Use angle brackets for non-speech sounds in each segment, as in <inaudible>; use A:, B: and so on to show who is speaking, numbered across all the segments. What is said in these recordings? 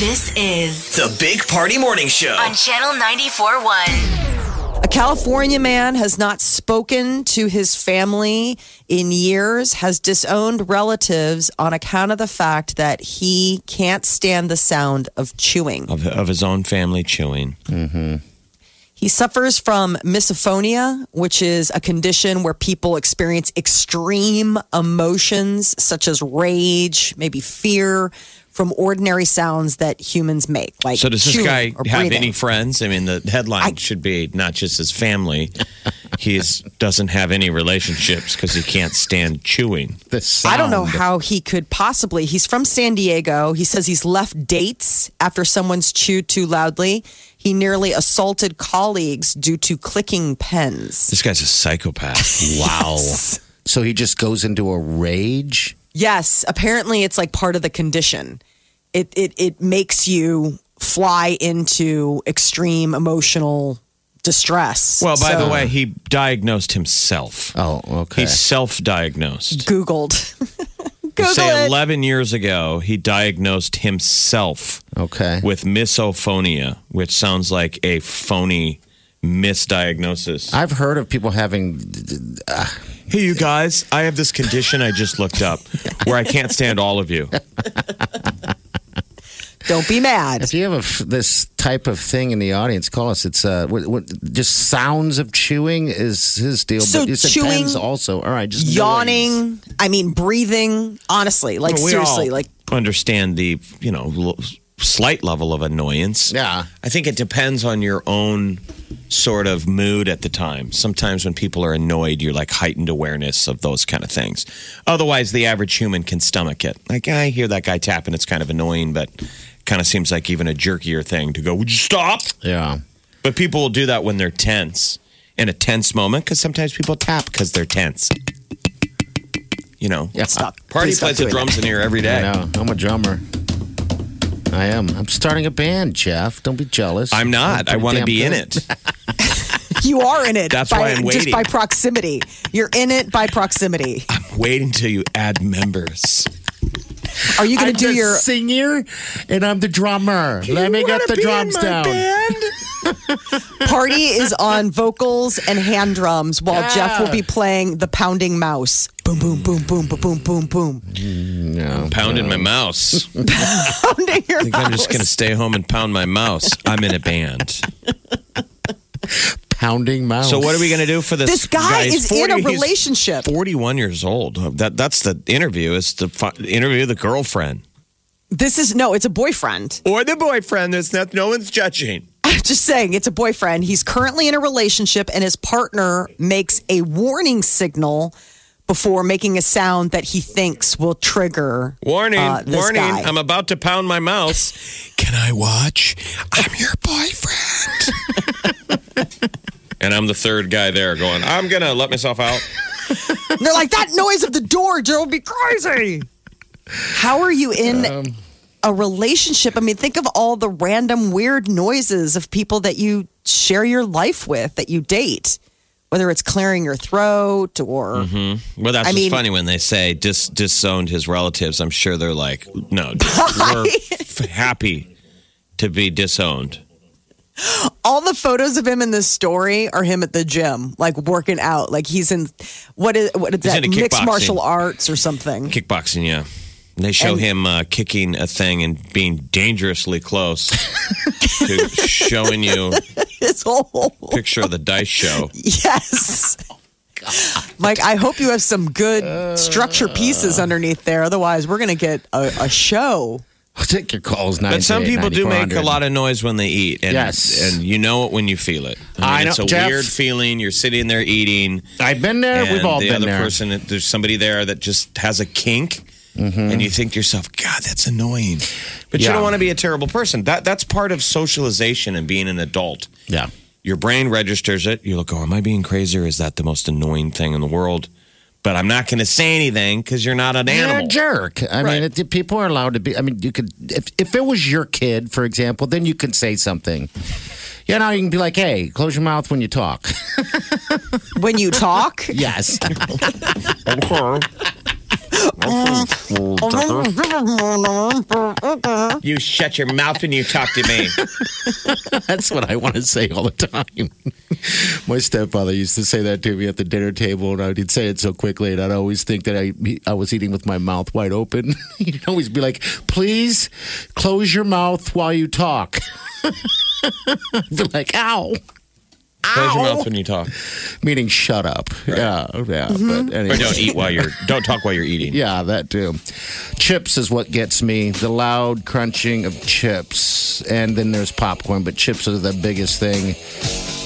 A: This is
B: The Big Party Morning Show.
A: on Channel 94.1.
C: A California man has not spoken to his family in years, has disowned relatives on account of the fact that he can't stand the sound of chewing.
D: of, of his own family chewing.
C: He suffers from misophonia, which is a condition where people experience extreme emotions such as rage, maybe fear, from ordinary sounds that humans make. Like
D: So does this
C: chewing
D: guy
C: or
D: have
C: breathing.
D: any friends? I mean, the headline should be not just his family. He doesn't have any relationships because he can't stand chewing.
E: The
C: I don't know
E: sound.
C: how he could possibly. He's from San Diego. He says he's left dates after someone's chewed too loudly. He nearly assaulted colleagues due to clicking pens.
D: This guy's a psychopath. <laughs>
C: <laughs>
E: Wow. So he just goes into a rage.
C: Yes, apparently it's like part of the condition. It it it makes you fly into extreme emotional distress.
D: Well, by
C: So,
D: the way, he diagnosed himself.
E: Oh, okay.
D: He self-diagnosed.
C: Googled. <laughs>
D: You
C: Google
D: say
C: it.
D: 11 years ago, he diagnosed himself
E: okay.
D: with misophonia, which sounds like a phony misdiagnosis.
E: I've heard of people having.
D: Hey, you guys, I have this condition I just looked up where I can't stand all of you.
C: Don't be mad.
E: If you have a f this type of thing in the audience, call us. It's uh, what, what, just sounds of chewing is his deal.
C: So
E: but it's
C: chewing,
E: pens also. All right, just noise.
C: Yawning, I mean breathing, honestly, like
D: Well, we
C: seriously,
D: all
C: like
D: understand the you know l- slight level of annoyance.
E: Yeah.
D: I think it depends on your own sort of mood at the time. Sometimes when people are annoyed, you're like heightened awareness of those kind of things. Otherwise, the average human can stomach it. Like I hear that guy tapping, it's kind of annoying, but kind of seems like even a jerkier thing to go. Would you stop?
E: Yeah.
D: But people will do that when they're tense in a tense moment because sometimes people tap because they're tense. You know,
E: Yeah.
C: stop.
D: party
C: Please stop
D: plays the
C: doing that.
D: drums in here every
E: I
D: day.
E: know. I'm a drummer. I am. I'm starting a band, Jeff. Don't be jealous.
D: I'm not. I
E: I'm pretty
D: want to
E: damn
D: be in
E: good.
D: it.
C: <laughs> You are in it.
D: That's
C: by,
D: why I'm
C: Just
D: waiting.
C: by proximity. You're in it by proximity.
D: Wait until you add members.
C: Are you going
E: I'm
C: to do
E: the
C: your?
E: singer, and I'm the drummer. Let me get the drums down.
C: Party is on vocals and hand drums while Jeff will be playing the pounding mouse. Boom, boom, boom, boom, boom, boom, boom, boom. <laughs> Oh,
D: Pounding my mouse. I
C: Pounding your
D: think I'm just
C: mouse.
D: going to stay home and pound my mouse. I'm in a band.
E: Pounding mouse.
D: So what are we going to do for this?
C: Oh, This guy
D: He's
C: is in a
D: 40 he's
C: relationship.
D: 41 years old. That that's the interview. It's the fi- interview of the girlfriend
C: This is no, it's a boyfriend. <laughs>
D: or the boyfriend. There's not no one's judging.
C: I'm just saying, it's a boyfriend. He's currently in a relationship, and his partner makes a warning signal before making a sound that he thinks will trigger
D: Warning,
C: uh, this
D: warning,
C: guy.
D: I'm about to pound my
C: <laughs>
D: mouse. Can I watch? I'm your boyfriend. and I'm the third guy there going, I'm going to let myself out.
C: And they're like, that noise of the door, Joe, would be crazy. Um, How are you in a relationship? I mean, think of all the random weird noises of people that you share your life with, that you date, whether it's clearing your throat or.
D: Well, that's
C: I
D: what's
C: mean-
D: funny when they say dis- disowned his relatives. I'm sure they're like,
C: <laughs>
D: no, we're f- happy to be disowned.
C: All the photos of him in this story are him at the gym, like working out. Like he's in, what is, what is
D: He's
C: that?
D: into
C: Mixed
D: kickboxing.
C: martial arts or something. <laughs>
D: Kickboxing, yeah. They show him uh, kicking a thing and being dangerously close
C: <laughs>
D: to showing you
C: His whole.
D: picture of the dice show.
C: Yes. Mike, I hope you have some good structure pieces underneath there. Otherwise, we're going to get a, a show.
E: I'll <laughs> take your calls.
D: But some people do make a lot of noise when they eat. And,
E: Yes.
D: And you know it when you feel it.
E: I
D: mean,
E: know-
D: It's a
E: Jeff.
D: weird feeling. You're sitting there eating.
E: I've been there.
D: and
E: We've all
D: the
E: been
D: other
E: there.
D: person, there's somebody there that just has a kink. and you think to yourself, God, that's annoying. But you
E: Mm-hmm. Yeah.
D: don't want to be a terrible person. That that's part of socialization and being an adult.
E: Yeah.
D: Your brain registers it. You look, oh, am I being crazy or is that the most annoying thing in the world? But I'm not going to say anything because you're not an
E: You're a
D: animal.
E: jerk. I
D: Right.
E: mean, it, people are allowed to be. I mean, you could if if it was your kid, for example, then you could say something. Yeah, now you can be like, "Hey, close your mouth when you talk." <laughs>
C: When you talk,
E: yes. <laughs>
D: You shut your mouth when you talk to
E: <laughs>
D: me.
E: That's what I want to say all the time. <laughs> My stepfather used to say that to me at the dinner table, and I'd say it so quickly, and I'd always think that I I was eating with my mouth wide open. <laughs> He'd always be like, "Please close your mouth while you talk." <laughs> I'd be like, "Ow,"
D: Close your mouth when you talk.
E: meaning shut up. Yeah, yeah. But
D: Mm-hmm.
E: anyway,
D: Or don't eat while you're don't talk while you're eating.
E: yeah, that too. Chips is what gets me. The loud crunching of chips, and then there's popcorn, but chips are the biggest thing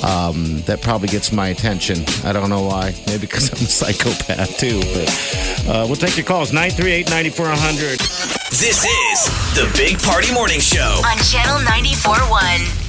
E: um, that probably gets my attention. I don't know why. Maybe because I'm a psychopath too. But uh, we'll take your calls 938 9400.
B: This is the Big Party Morning Show.
A: on Channel 94.1.